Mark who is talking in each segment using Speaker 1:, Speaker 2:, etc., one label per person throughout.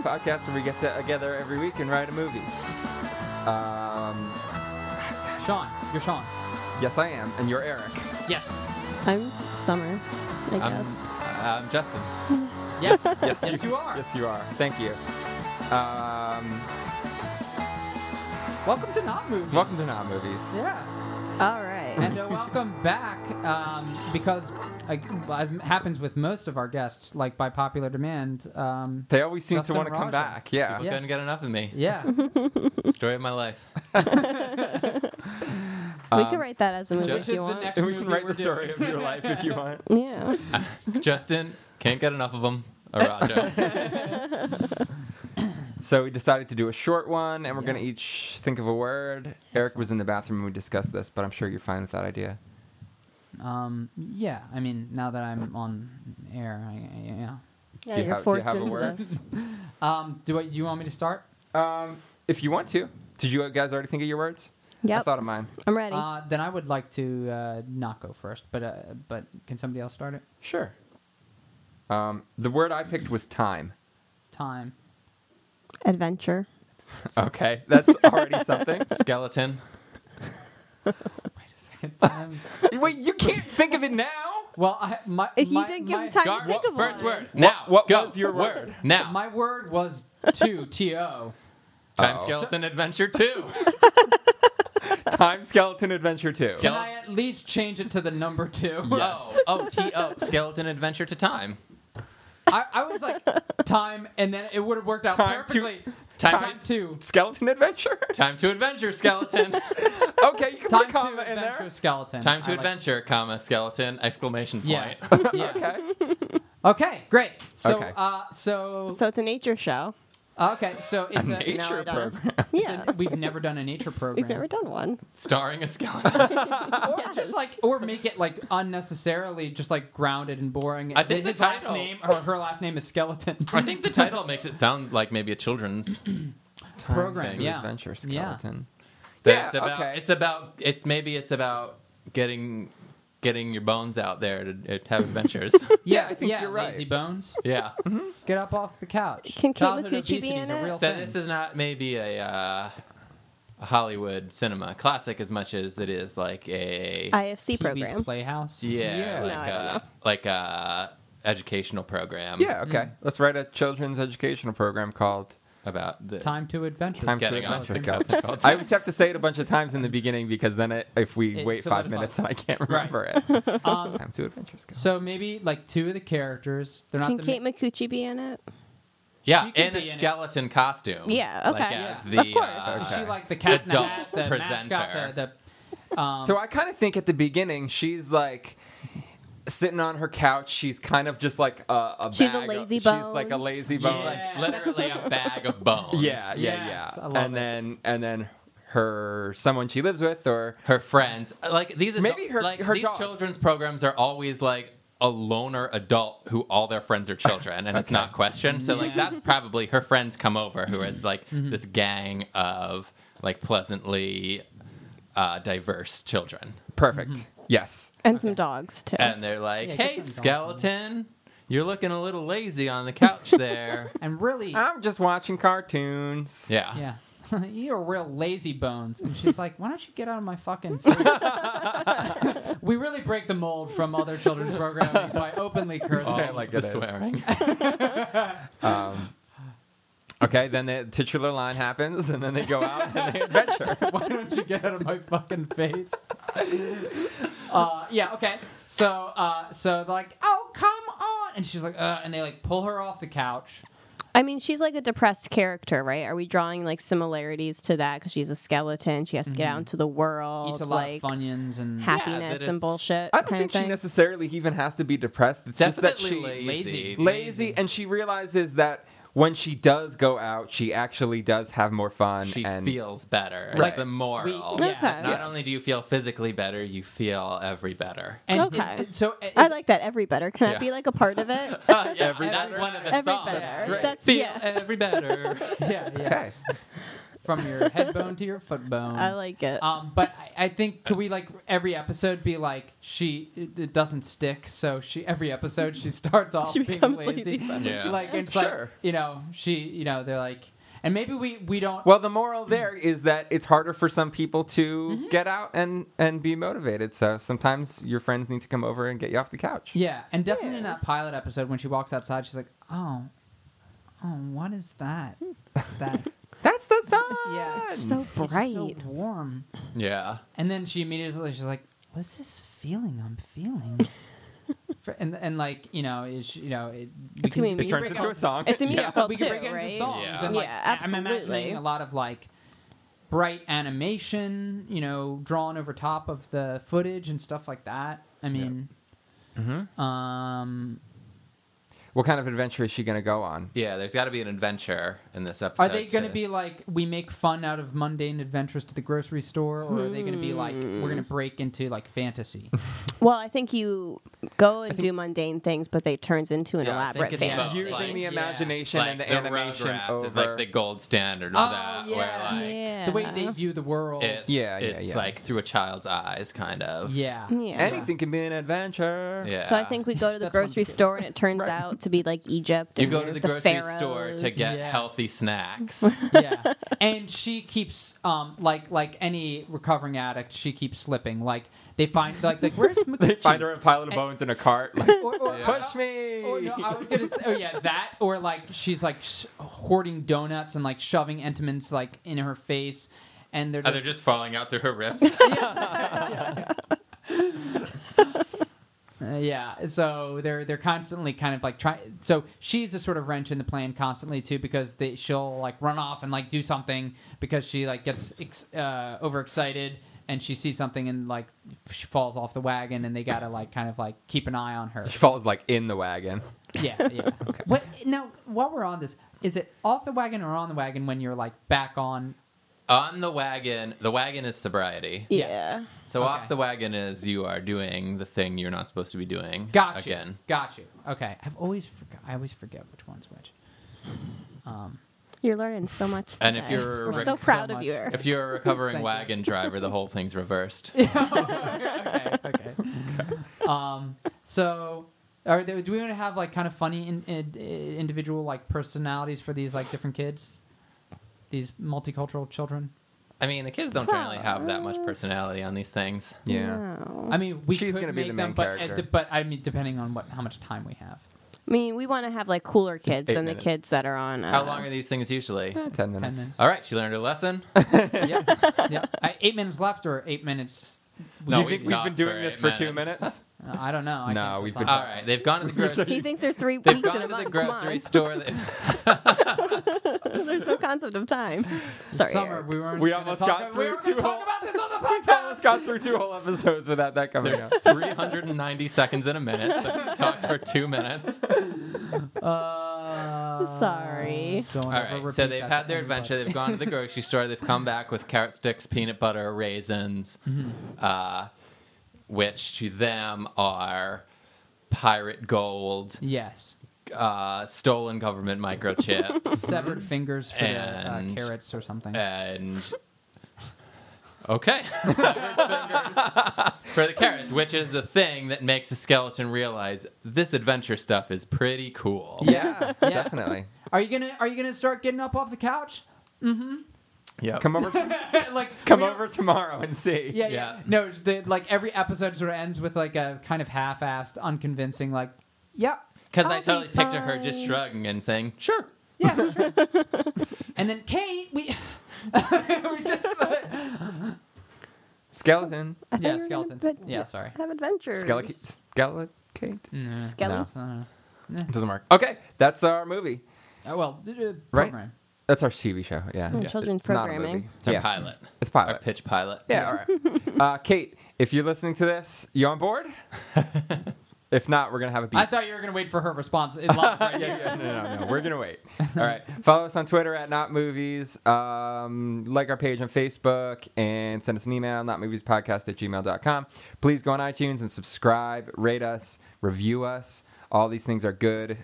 Speaker 1: podcast where we get together every week and write a movie. Um,
Speaker 2: Sean, you're Sean.
Speaker 1: yes, I am, and you're Eric.
Speaker 2: Yes.
Speaker 3: I'm Summer, I guess.
Speaker 4: I'm, I'm Justin.
Speaker 2: Yes.
Speaker 1: Yes,
Speaker 2: yes, you are.
Speaker 1: Yes, you are. Thank you. Um,
Speaker 2: Welcome to Not Movies.
Speaker 1: welcome to Not Movies.
Speaker 2: Yeah.
Speaker 3: All right.
Speaker 2: And uh, welcome back um, because, uh, as happens with most of our guests, like by popular demand, um,
Speaker 1: They always seem
Speaker 2: Justin
Speaker 1: to want to come
Speaker 2: Roiland.
Speaker 1: back. Yeah.
Speaker 4: People couldn't get enough of me.
Speaker 2: yeah.
Speaker 4: Story of my life.
Speaker 3: we could write that as a movie
Speaker 2: Which is
Speaker 3: if
Speaker 4: Just-
Speaker 3: you
Speaker 2: the
Speaker 3: want.
Speaker 2: next
Speaker 1: And we
Speaker 2: movie
Speaker 1: can write
Speaker 2: we're
Speaker 1: the story
Speaker 2: doing.
Speaker 1: of your life if you want.
Speaker 3: yeah.
Speaker 4: Justin can't get enough of him. Or Raja.
Speaker 1: So we decided to do a short one, and we're going to
Speaker 2: Yeah.
Speaker 1: each think of a word. Eric was in the bathroom when we discussed this, but I'm sure you're fine with that idea.
Speaker 2: Um, yeah, I mean, now that I'm on air, I, I- yeah.
Speaker 3: Yeah,
Speaker 1: Do you
Speaker 3: you're
Speaker 1: have- do you
Speaker 3: forced
Speaker 1: have a
Speaker 3: into
Speaker 1: word?
Speaker 3: this.
Speaker 2: Um, do, I, do you want me to start?
Speaker 1: Um, if you want to. Did you guys already think of your words? I
Speaker 3: Yep,
Speaker 1: thought of mine.
Speaker 3: I'm ready.
Speaker 2: Uh, then I would like to uh, not go first, but uh, but can somebody else start it?
Speaker 1: Sure. Um, the word I picked was time.
Speaker 2: Time.
Speaker 3: Adventure.
Speaker 1: Okay, that's already something.
Speaker 4: Skeleton.
Speaker 2: Time.
Speaker 1: Wait, you can't think of it now?
Speaker 2: well, I, my,
Speaker 3: If you
Speaker 2: my,
Speaker 3: didn't give
Speaker 2: my,
Speaker 3: him time
Speaker 4: Gar-
Speaker 3: to think of
Speaker 4: first
Speaker 3: one.
Speaker 4: word. Now.
Speaker 1: what
Speaker 4: go.
Speaker 1: was your word?
Speaker 4: Now.
Speaker 2: my word was two, T-O.
Speaker 4: Time
Speaker 1: Uh-oh.
Speaker 4: Skeleton Adventure 2.
Speaker 1: Time Skeleton Adventure 2.
Speaker 4: Skele-
Speaker 2: Can I at least change it to the number two?
Speaker 1: Yes.
Speaker 4: Oh, T-O. Skeleton Adventure to Time.
Speaker 2: I, I was like time, and then it would have worked out
Speaker 1: Time to-
Speaker 2: perfectly.
Speaker 4: Time,
Speaker 2: time two.
Speaker 1: skeleton Adventure?
Speaker 4: Time to Adventure, Skeleton.
Speaker 1: okay, you can put
Speaker 2: Time
Speaker 1: a
Speaker 2: to
Speaker 1: comma in
Speaker 2: adventure
Speaker 1: there.
Speaker 2: skeleton.
Speaker 4: time to
Speaker 2: I like-
Speaker 4: Adventure, comma, Skeleton, exclamation
Speaker 2: Yeah.
Speaker 4: point.
Speaker 2: yeah. Okay.
Speaker 1: Okay.
Speaker 2: Great. So,
Speaker 1: Okay.
Speaker 2: uh, so,
Speaker 3: So it's a nature show.
Speaker 2: okay. So it's a,
Speaker 3: now
Speaker 1: Nature
Speaker 3: I don't.
Speaker 1: program.
Speaker 2: it's a-
Speaker 3: Yeah.
Speaker 2: we've never done a nature program.
Speaker 3: We've never done one.
Speaker 4: Starring a skeleton.
Speaker 2: or just like, or make it like unnecessarily just like grounded and boring.
Speaker 4: I think
Speaker 2: His
Speaker 4: the
Speaker 2: last
Speaker 4: title-
Speaker 2: name or her last name is Skeleton.
Speaker 4: I think the title makes it sound like maybe a children's.
Speaker 1: Time
Speaker 2: Program,
Speaker 1: to
Speaker 2: yeah.
Speaker 1: Adventure
Speaker 2: Yeah.
Speaker 1: Skeleton.
Speaker 4: But
Speaker 1: Yeah,
Speaker 4: it's about,
Speaker 1: okay.
Speaker 4: It's about. It's maybe it's about getting getting your bones out there to, to have adventures.
Speaker 1: Yeah, I think
Speaker 2: yeah,
Speaker 1: you're right.
Speaker 2: Lazy bones.
Speaker 4: yeah.
Speaker 3: Mm-hmm.
Speaker 2: Get up off the couch.
Speaker 3: Can Kayla
Speaker 2: Childhood
Speaker 3: Cucci be
Speaker 2: obesity is
Speaker 3: in
Speaker 2: a
Speaker 3: it?
Speaker 2: real
Speaker 4: So
Speaker 2: thing.
Speaker 4: this is not maybe a uh, a Hollywood cinema classic as much as it is like a
Speaker 3: IFC
Speaker 2: TV's
Speaker 3: program.
Speaker 2: Playhouse.
Speaker 4: yeah,
Speaker 1: Yeah.
Speaker 4: like
Speaker 3: No, I don't
Speaker 4: a like a educational program.
Speaker 1: Yeah, okay. Let's write a children's educational program called
Speaker 4: About the
Speaker 2: Time to adventure.
Speaker 1: Time to
Speaker 4: Getting off
Speaker 1: Adventure
Speaker 4: the
Speaker 1: Skeleton.
Speaker 4: couch.
Speaker 1: I always have to say it a bunch of times in the beginning because then it, if we
Speaker 2: It
Speaker 1: wait five
Speaker 2: solidifies.
Speaker 1: minutes, then I can't
Speaker 2: Right.
Speaker 1: remember it.
Speaker 2: Um,
Speaker 1: Time to Adventure Skeleton.
Speaker 2: so maybe like two of the characters. They're not
Speaker 3: Can
Speaker 2: the
Speaker 3: Kate
Speaker 2: ma-
Speaker 3: Micucci be in it?
Speaker 4: yeah,
Speaker 2: she could
Speaker 4: in
Speaker 2: be
Speaker 4: a
Speaker 2: in it.
Speaker 4: skeleton costume.
Speaker 3: Yeah,
Speaker 4: Like
Speaker 3: okay.
Speaker 4: as
Speaker 2: Yeah.
Speaker 4: the
Speaker 3: Of course.
Speaker 4: uh,
Speaker 2: Is she
Speaker 1: Okay.
Speaker 2: like the cat in the
Speaker 4: Adult
Speaker 2: hat, the mascot, the,
Speaker 4: presenter.
Speaker 2: the um,
Speaker 1: So I kind of think at the beginning she's like sitting on her couch. She's kind of just like a, a
Speaker 3: She's a
Speaker 1: bag of-
Speaker 3: lazy
Speaker 1: She's like a
Speaker 3: bones.
Speaker 1: lazy
Speaker 4: She's
Speaker 1: bones.
Speaker 2: Yeah.
Speaker 4: like literally a bag of bones.
Speaker 1: Yeah, yeah, yeah.
Speaker 2: Yes, I love
Speaker 1: and
Speaker 2: it.
Speaker 1: then and then her someone she lives with or
Speaker 4: her friends like these adult,
Speaker 1: Maybe her-
Speaker 4: like
Speaker 1: her
Speaker 4: these
Speaker 1: dog.
Speaker 4: children's programs are always like a loner adult who all their friends are children and it's not questioned so like
Speaker 2: Yeah.
Speaker 4: that's probably her friends come over who is like
Speaker 1: Mm-hmm.
Speaker 4: this gang of like pleasantly uh, diverse children
Speaker 1: perfect.
Speaker 2: Mm-hmm.
Speaker 1: Yes.
Speaker 3: And some dogs, too.
Speaker 4: and they're like
Speaker 2: Yeah, get some
Speaker 4: hey
Speaker 2: dogs in.
Speaker 4: skeleton you're looking a little lazy on the couch there
Speaker 2: and really
Speaker 1: I'm just watching cartoons.
Speaker 4: yeah
Speaker 2: yeah. You're real lazy bones. And she's like, why don't you get out of my fucking face? we really break the mold from other children's programming by openly cursing.
Speaker 1: Okay,
Speaker 4: All
Speaker 1: like
Speaker 4: the
Speaker 1: it is.
Speaker 4: swearing
Speaker 1: Um, okay, then the titular line happens, and then they go out and they adventure.
Speaker 2: Why don't you get out of my fucking face? uh, yeah, okay. So, uh, so they're like, oh, come on. And she's like, uh, and they like pull her off the couch.
Speaker 3: I mean, she's like a depressed character, right? Are we drawing like similarities to that? Because she's a skeleton. She has to get out into the world.
Speaker 2: eats a lot
Speaker 3: like,
Speaker 2: of Funyuns and
Speaker 4: Yeah,
Speaker 3: happiness
Speaker 4: but it's-
Speaker 3: and bullshit.
Speaker 1: I don't
Speaker 3: kind
Speaker 1: think
Speaker 3: of thing.
Speaker 1: she necessarily even has to be depressed. It's just that
Speaker 4: definitely
Speaker 1: she
Speaker 4: lazy,
Speaker 2: lazy.
Speaker 1: lazy, and she realizes that when she does go out, she actually does have more fun.
Speaker 4: she
Speaker 1: and
Speaker 4: feels better. It's
Speaker 2: Right.
Speaker 4: the moral.
Speaker 2: We- yeah.
Speaker 3: Okay.
Speaker 4: Not only do you feel physically better, you feel every better.
Speaker 2: And
Speaker 3: Okay.
Speaker 2: it- it- so it-
Speaker 3: I like that every better. Can
Speaker 4: Yeah.
Speaker 3: I be like a part of it?
Speaker 4: Uh, yeah,
Speaker 1: Every
Speaker 4: that's
Speaker 1: better.
Speaker 4: one of the
Speaker 3: every
Speaker 4: songs.
Speaker 3: better.
Speaker 1: great.
Speaker 3: That's,
Speaker 4: Feel
Speaker 3: yeah.
Speaker 4: every better.
Speaker 2: yeah, yeah.
Speaker 1: Okay.
Speaker 2: from your head bone to your foot bone.
Speaker 3: I like it.
Speaker 4: uh,
Speaker 2: Um, but I, I think could we like every episode be like she it, it doesn't stick, so she every episode she starts off
Speaker 3: She
Speaker 2: being
Speaker 3: becomes
Speaker 2: lazy,
Speaker 3: lazy by
Speaker 4: Yeah.
Speaker 2: like it's like
Speaker 1: Sure.
Speaker 2: you know she you know they're like, and maybe we we don't
Speaker 1: Well, the moral there is that it's harder for some people to
Speaker 3: Mm-hmm.
Speaker 1: get out and and be motivated. So sometimes your friends need to come over and get you off the couch.
Speaker 2: yeah, and definitely in
Speaker 3: Yeah.
Speaker 2: that pilot episode when she walks outside, she's like, oh, oh, what is that? That
Speaker 1: That's the sun.
Speaker 2: Yeah,
Speaker 3: it's so
Speaker 2: it's
Speaker 3: bright.
Speaker 2: so warm.
Speaker 4: Yeah.
Speaker 2: And then she immediately she's like, "What's this feeling I'm feeling?" For- and and like you know, is you know, it, we
Speaker 3: It's gonna be
Speaker 1: It turns
Speaker 2: break
Speaker 1: into
Speaker 2: out-
Speaker 1: a song.
Speaker 3: It's a
Speaker 1: Yeah.
Speaker 3: musical
Speaker 2: we can
Speaker 3: too,
Speaker 2: break it
Speaker 3: right?
Speaker 2: into songs.
Speaker 4: Yeah.
Speaker 2: And like,
Speaker 3: Yeah,
Speaker 2: I- I'm imagining
Speaker 3: absolutely.
Speaker 2: a lot of like bright animation, you know, drawn over top of the footage and stuff like that. I mean,
Speaker 1: Mm-hmm.
Speaker 2: um,
Speaker 1: What kind of adventure is she going to go on?
Speaker 4: Yeah, there's got to be an adventure in this episode.
Speaker 2: are they going to
Speaker 4: to-
Speaker 2: be like we make fun out of mundane adventures to the grocery store, or are they going to be like we're going to
Speaker 4: Hmm.
Speaker 2: break into like fantasy?
Speaker 3: Well, I think you go and do mundane things, but they turns into an
Speaker 4: Yeah, I think
Speaker 3: elaborate
Speaker 4: it's both.
Speaker 3: fantasy.
Speaker 1: Using
Speaker 4: Oh, like-
Speaker 1: the
Speaker 2: yeah.
Speaker 1: imagination
Speaker 4: like,
Speaker 1: and
Speaker 4: the,
Speaker 1: the, animation
Speaker 4: Rugrats
Speaker 1: over.
Speaker 4: is like the gold standard of
Speaker 2: Oh,
Speaker 4: that.
Speaker 2: yeah.
Speaker 4: Where like
Speaker 3: yeah.
Speaker 2: The way they view the world.
Speaker 4: it's
Speaker 1: Yeah, yeah,
Speaker 4: it's
Speaker 1: yeah.
Speaker 4: like through a child's eyes, kind of.
Speaker 2: Yeah.
Speaker 3: Yeah.
Speaker 1: Anything can be an adventure.
Speaker 4: Yeah.
Speaker 3: So I think we go to the
Speaker 2: That's one of
Speaker 3: grocery
Speaker 2: the kids.
Speaker 3: store and it turns
Speaker 1: Right.
Speaker 3: out to be like Egypt.
Speaker 4: you
Speaker 3: and
Speaker 4: go to the, grocery store to
Speaker 3: pharaohs.
Speaker 4: get
Speaker 2: Yeah.
Speaker 4: healthy snacks.
Speaker 2: yeah and she keeps um like like any recovering addict she keeps slipping like they find like like where's Mickey?
Speaker 1: They find her a pile of bones in a cart. Like,
Speaker 2: or, or,
Speaker 1: push me.
Speaker 2: or Oh, no, I was gonna say, oh yeah, that or like she's like sh- hoarding donuts and like shoving Entenmann's like in her face, and they're
Speaker 4: Are
Speaker 2: just,
Speaker 4: they just falling out through her ribs?
Speaker 2: Uh, yeah. So they're they're constantly kind of like trying. So she's a sort of wrench in the plan constantly too, because they she'll like run off and like do something because she like gets ex- uh, overexcited and she sees something and like she falls off the wagon and they gotta like kind of like keep an eye on her.
Speaker 1: she falls like in the wagon.
Speaker 2: Yeah, yeah. What now? While we're on this, is it off the wagon or on the wagon when you're like back on?
Speaker 4: On the wagon, the wagon is sobriety.
Speaker 3: Yeah.
Speaker 2: Yes.
Speaker 4: So
Speaker 2: Okay.
Speaker 4: off the wagon is you are doing the thing you're not supposed to be doing.
Speaker 2: Got you.
Speaker 4: Again.
Speaker 2: Got you. Okay. I've always forgot. I always forget which one's which. Um.
Speaker 3: You're learning so much.
Speaker 4: And if
Speaker 3: today.
Speaker 4: you're
Speaker 3: I'm
Speaker 4: Rick-
Speaker 3: so
Speaker 4: so
Speaker 3: proud of
Speaker 2: much.
Speaker 3: you. Eric.
Speaker 4: If you're a recovering
Speaker 2: Thank you.
Speaker 4: wagon driver, the whole thing's reversed.
Speaker 2: okay, okay. Um, so, are there, do we want to have like kind of funny in, in, individual like personalities for these like different kids, these multicultural children?
Speaker 4: I mean, the kids don't generally have that much personality on these things.
Speaker 1: Yeah.
Speaker 3: No.
Speaker 2: I mean, we
Speaker 1: She's
Speaker 2: could
Speaker 1: gonna be
Speaker 2: make
Speaker 1: the
Speaker 2: them,
Speaker 1: main
Speaker 2: but,
Speaker 1: character.
Speaker 2: Uh, but I mean, depending on what how much time we have.
Speaker 3: I mean, we want to have like cooler kids
Speaker 1: eight
Speaker 3: than
Speaker 1: minutes.
Speaker 3: the kids that are on. Uh,
Speaker 4: How long are these things usually?
Speaker 1: Eh, Ten minutes.
Speaker 2: Ten minutes.
Speaker 4: All right, she learned her lesson.
Speaker 2: yeah, yeah. I, eight minutes left or eight minutes?
Speaker 4: No,
Speaker 1: Do you
Speaker 4: we've
Speaker 1: think we've been
Speaker 4: talked
Speaker 1: doing
Speaker 4: for
Speaker 1: this
Speaker 4: eight
Speaker 1: for two
Speaker 4: minutes.
Speaker 1: minutes?
Speaker 2: Uh, I don't know. I
Speaker 1: No,
Speaker 2: can't
Speaker 1: we've
Speaker 2: keep
Speaker 1: been
Speaker 2: up.
Speaker 4: All right, they've gone to the
Speaker 3: He
Speaker 4: grocery.
Speaker 3: thinks there's three
Speaker 4: They've
Speaker 3: weeks in
Speaker 4: gone
Speaker 3: a
Speaker 4: to the
Speaker 3: month.
Speaker 4: grocery
Speaker 3: Come
Speaker 4: store. They-
Speaker 3: on. There's no concept of time. Sorry.
Speaker 2: Summer,
Speaker 3: Eric.
Speaker 2: we weren't.
Speaker 1: We
Speaker 2: gonna
Speaker 1: almost
Speaker 2: talk
Speaker 1: got
Speaker 2: we
Speaker 1: through
Speaker 2: were
Speaker 1: two
Speaker 2: gonna talk
Speaker 1: whole-
Speaker 2: about this on the
Speaker 1: we almost got through two whole episodes without that coming
Speaker 4: There's
Speaker 1: up.
Speaker 4: 390 seconds in a minute. So we talked for two minutes.
Speaker 2: Uh,
Speaker 3: Sorry.
Speaker 2: Don't
Speaker 4: All
Speaker 2: ever
Speaker 4: right, so
Speaker 2: repeat
Speaker 4: they've
Speaker 2: that
Speaker 4: had
Speaker 2: to
Speaker 4: their
Speaker 2: anybody.
Speaker 4: adventure. They've gone to the grocery store. They've come back with carrot sticks, peanut butter, raisins,
Speaker 1: Mm-hmm.
Speaker 4: uh, which to them are pirate gold,
Speaker 2: Yes.
Speaker 4: uh, stolen government microchips,
Speaker 2: severed fingers for
Speaker 4: And-
Speaker 2: the Mm-hmm. uh, carrots or something.
Speaker 4: and okay, Severed fingers for the carrots, which is the thing that makes the skeleton realize this adventure stuff is pretty cool.
Speaker 1: Yeah,
Speaker 2: Yeah.
Speaker 1: definitely.
Speaker 2: Are you gonna Are you gonna start getting up off the couch?
Speaker 4: Yep.
Speaker 1: Come over, to,
Speaker 2: like
Speaker 1: come
Speaker 2: we don't-
Speaker 1: over tomorrow and see.
Speaker 2: Yeah, yeah.
Speaker 4: Yeah.
Speaker 2: No, the, like every episode sort of ends with like a kind of half-assed, unconvincing, like, "Yep,
Speaker 4: Because I
Speaker 3: I'll be
Speaker 4: totally picture her just
Speaker 3: fine.
Speaker 4: shrugging and saying, "Sure."
Speaker 2: yeah." sure." and then Kate, we we just
Speaker 1: Skeleton,
Speaker 3: I thought
Speaker 2: yeah,
Speaker 3: you were gonna
Speaker 2: skeletons.
Speaker 3: put-
Speaker 2: Yeah, sorry.
Speaker 3: Have adventures.
Speaker 1: skeleton, skeleton.
Speaker 4: Mm.
Speaker 2: No.
Speaker 3: Skeleton.
Speaker 2: Uh,
Speaker 1: Doesn't work. Okay, that's our movie.
Speaker 2: oh, well, uh, program.
Speaker 1: Right? That's our TV show. Yeah,
Speaker 3: Oh,
Speaker 1: Yeah.
Speaker 3: children's
Speaker 1: it's not a
Speaker 3: programming.
Speaker 1: movie.
Speaker 4: It's our
Speaker 1: yeah,
Speaker 4: pilot.
Speaker 1: it's
Speaker 4: Our
Speaker 1: pilot.
Speaker 4: pitch pilot.
Speaker 1: Yeah, all right. Uh, Kate, if you're listening to this, you on board? if not, we're gonna have a beef.
Speaker 2: I thought you were gonna wait for her response. In line right
Speaker 1: yeah,
Speaker 2: here.
Speaker 1: yeah, no, no, no. We're gonna wait. All right. Follow us on Twitter at Not Movies. Um, like our page on Facebook and send us an email, notmoviespodcast at gmail.com. Please go on iTunes and subscribe, rate us, review us. All these things are good.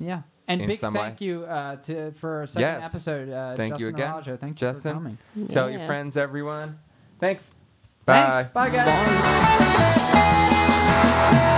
Speaker 2: yeah. And
Speaker 1: in
Speaker 2: big
Speaker 1: some
Speaker 2: thank
Speaker 1: way.
Speaker 2: you uh, to for a second
Speaker 1: Yes.
Speaker 2: episode. Uh,
Speaker 1: Thank you
Speaker 2: Justin
Speaker 1: again.
Speaker 2: Araujo. Thank you
Speaker 1: Justin,
Speaker 2: for coming.
Speaker 1: Tell your
Speaker 3: Yeah.
Speaker 1: friends, everyone. Thanks.
Speaker 2: Thanks. Bye guys.
Speaker 1: Bye.